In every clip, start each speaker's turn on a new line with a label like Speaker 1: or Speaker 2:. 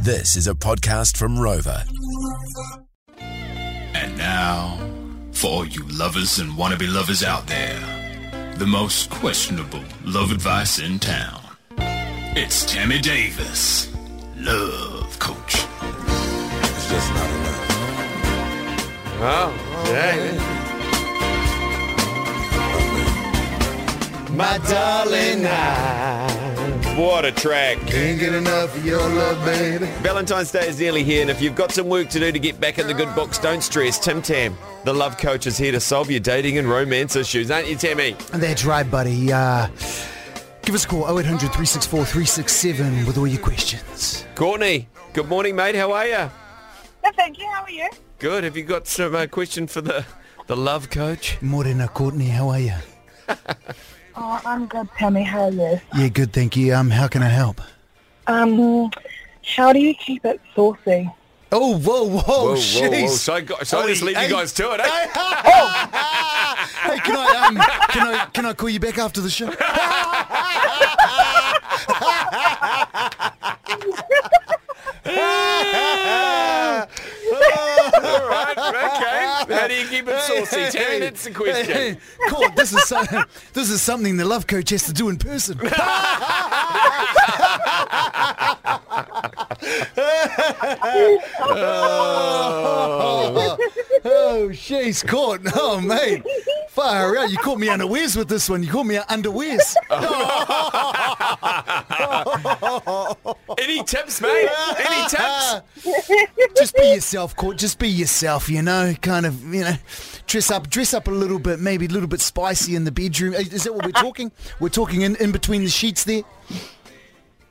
Speaker 1: This is a podcast from Rover.
Speaker 2: And now, for all you lovers and wannabe lovers out there, the most questionable love advice in town. It's Tammy Davis, Love Coach.
Speaker 3: Oh, dang. My darling, I
Speaker 4: What a track.
Speaker 3: can't get enough of your love, baby.
Speaker 4: Valentine's Day is nearly here, and if you've got some work to do to get back in the good books, don't stress. Tim Tam, the love coach, is here to solve your dating and romance issues, aren't you, Tammy?
Speaker 5: That's right, buddy. Uh, give us a call 0800 364 367 with all your questions.
Speaker 4: Courtney, good morning, mate. How are you?
Speaker 6: Good, thank you. How are you?
Speaker 4: Good. Have you got some uh, question for the, the love coach?
Speaker 5: Morena Courtney, how are you?
Speaker 6: Oh, I'm good, Tammy. How are you?
Speaker 5: Yeah, good, thank you. Um, how can I help?
Speaker 6: Um, how do you keep it saucy?
Speaker 5: Oh, whoa, whoa,
Speaker 4: Whoa, whoa, whoa.
Speaker 5: jeez.
Speaker 4: So I, got, so I
Speaker 5: Oh,
Speaker 4: just leave
Speaker 5: hey.
Speaker 4: you guys to it, eh?
Speaker 5: Hey, can I, um, can I, can I call you back after the show?
Speaker 4: All right, okay. How do you keep it saucy, Tammy? That's the question.
Speaker 5: Court, this is so, this is something the love coach has to do in person. oh, jeez, Court. Oh, mate. Far out. You caught me unawares with this one. You caught me underwears.
Speaker 4: Any tips, mate? Any tips?
Speaker 5: Just be yourself, Court. Just be yourself, you know. Kind of, you know, dress up, dress up a little bit, maybe a little bit spicy in the bedroom. Is is that what we're talking? We're talking in, in between the sheets there?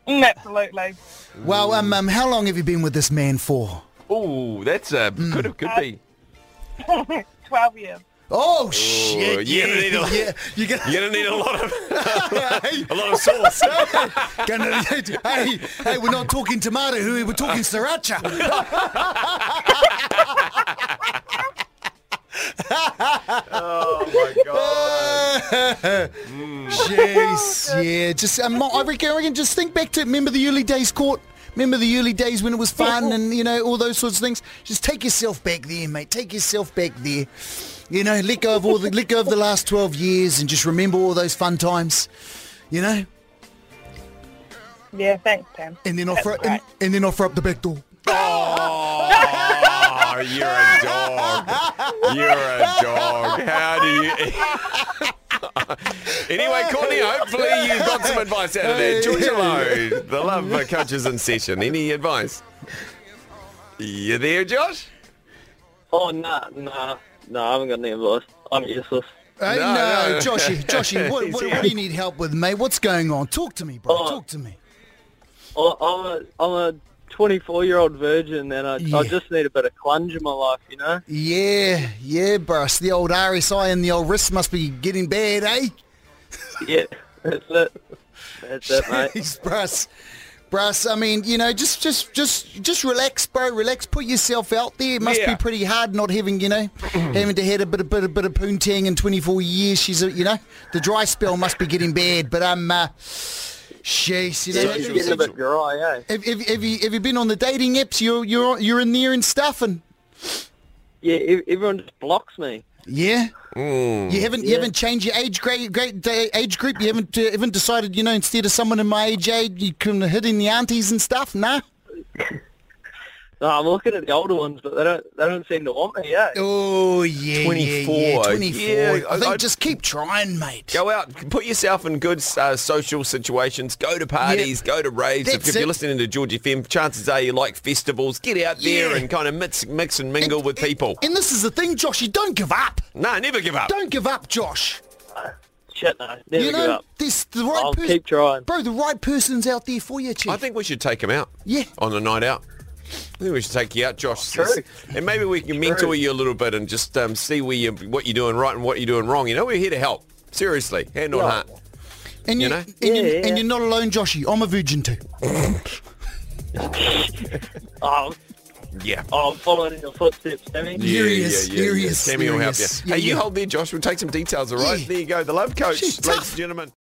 Speaker 6: Mm, absolutely.
Speaker 5: Well, um, um, how long have you been with this man for?
Speaker 4: Oh, that's uh, could could be.
Speaker 6: 12 years.
Speaker 5: Oh, shit!
Speaker 4: you're gonna need a-
Speaker 5: yeah. You're gonna,
Speaker 4: You're gonna need a lot of
Speaker 5: hey,
Speaker 4: a lot of sauce.
Speaker 5: gonna- hey, hey, we're not talking tomato, here, we're talking sriracha. Jeez, yeah. Just, um, I reckon, I reckon, just think back to remember the early days, court. Remember the early days when it was fun and you know all those sorts of things. Just take yourself back there, mate. Take yourself back there. You know, let go of all the let go of the last twelve years and just remember all those fun times. You know,
Speaker 6: Yeah, thanks, Tam.
Speaker 5: and then offer
Speaker 6: That's
Speaker 5: and,
Speaker 6: right.
Speaker 5: and then offer up the back door.
Speaker 4: Oh, you're a dog. You're a dog. How do you? anyway, Courtney, hopefully you got some advice out of there. George hello. the love uh, coach is in session. Any advice? You there, Josh?
Speaker 7: Oh nah, nah, nah. I haven't got any advice. I'm useless.
Speaker 5: Hey,
Speaker 4: No,
Speaker 5: no,
Speaker 4: no.
Speaker 5: Joshy, Joshy, what,
Speaker 4: He's
Speaker 5: what,
Speaker 4: here.
Speaker 5: what do you need help with, mate? What's going on? Talk to me, bro.
Speaker 7: Oh.
Speaker 5: Talk to me.
Speaker 7: I, I'm a, I'm a 24 year old virgin, and I,
Speaker 5: Yeah.
Speaker 7: I just need a bit of clunge in my life, you know.
Speaker 5: Yeah, yeah, bros. The old RSI and the old wrist must be getting bad, eh?
Speaker 7: Yeah, that's it. That's it, mate.
Speaker 5: Jeez, Bruss. Bruss, I mean, you know, just just just just relax, bro. Relax. Put yourself out there. It must
Speaker 4: Yeah.
Speaker 5: be pretty hard not having, you know, having to had a bit of bit of bit of poontang in 24 years. She's, a, you know, the dry spell must be getting bad. But um, uh, sheesh, you know,
Speaker 7: You're getting a bit dry, eh?
Speaker 5: have, have, have you have you been on the dating apps? You're you're you're in there and stuff, and
Speaker 7: Yeah, ev- everyone just blocks me.
Speaker 5: yeah.
Speaker 4: Mm.
Speaker 5: You haven't you
Speaker 7: Yeah.
Speaker 5: haven't changed your age grade, grade uh, age group. You haven't uh, haven't decided. You know, instead of someone in my age, grade, you can hit in the aunties and stuff. Nah.
Speaker 7: No, I'm looking at the older ones, but they don't they don't seem to want me, eh?
Speaker 5: Oh yeah,
Speaker 4: 24.
Speaker 5: yeah, yeah, 24.
Speaker 4: Yeah, I-
Speaker 5: I think
Speaker 4: I-
Speaker 5: just keep trying, mate.
Speaker 4: Go out, put yourself in good uh, social situations. Go to parties, go to raves. If,
Speaker 5: That's
Speaker 4: if you're
Speaker 5: it.
Speaker 4: listening to George FM, chances are you like festivals. Get out there
Speaker 5: Yeah.
Speaker 4: and kind of mix, mix and mingle with people.
Speaker 5: And this is the thing, Josh. You don't give up.
Speaker 4: No, never give up.
Speaker 5: Don't give up, Josh.
Speaker 7: Shit, no, never
Speaker 5: you
Speaker 7: give
Speaker 5: know,
Speaker 7: up.
Speaker 5: this the right
Speaker 7: I'll
Speaker 5: person.
Speaker 7: keep trying.
Speaker 5: Bro, the right person's out there for you, chief.
Speaker 4: I think we should take him out.
Speaker 5: Yeah.
Speaker 4: On the night out. I think we should take you out, Josh.
Speaker 7: True.
Speaker 4: And maybe we can mentor you a little bit and just um, see where you, what you're doing right and what you're doing wrong. You know, we're here to help. Seriously, hand on
Speaker 7: Yeah.
Speaker 4: heart.
Speaker 5: and
Speaker 4: you
Speaker 5: you,
Speaker 4: know?
Speaker 5: and,
Speaker 7: Yeah,
Speaker 5: you,
Speaker 7: yeah, yeah.
Speaker 5: and you're not alone, Joshy. I'm a virgin too.
Speaker 7: Oh,
Speaker 4: Yeah.
Speaker 7: oh, I'm following in your footsteps, Sammy.
Speaker 5: Here he is, here he is,
Speaker 4: Sammy will
Speaker 5: here he
Speaker 4: help you.
Speaker 5: is.
Speaker 4: hey,
Speaker 5: Yeah,
Speaker 4: you
Speaker 5: yeah.
Speaker 4: hold there, Josh. We'll take some details, all right?
Speaker 5: Yeah.
Speaker 4: There you go. The love coach,
Speaker 5: She's
Speaker 4: ladies
Speaker 5: tough.
Speaker 4: and gentlemen.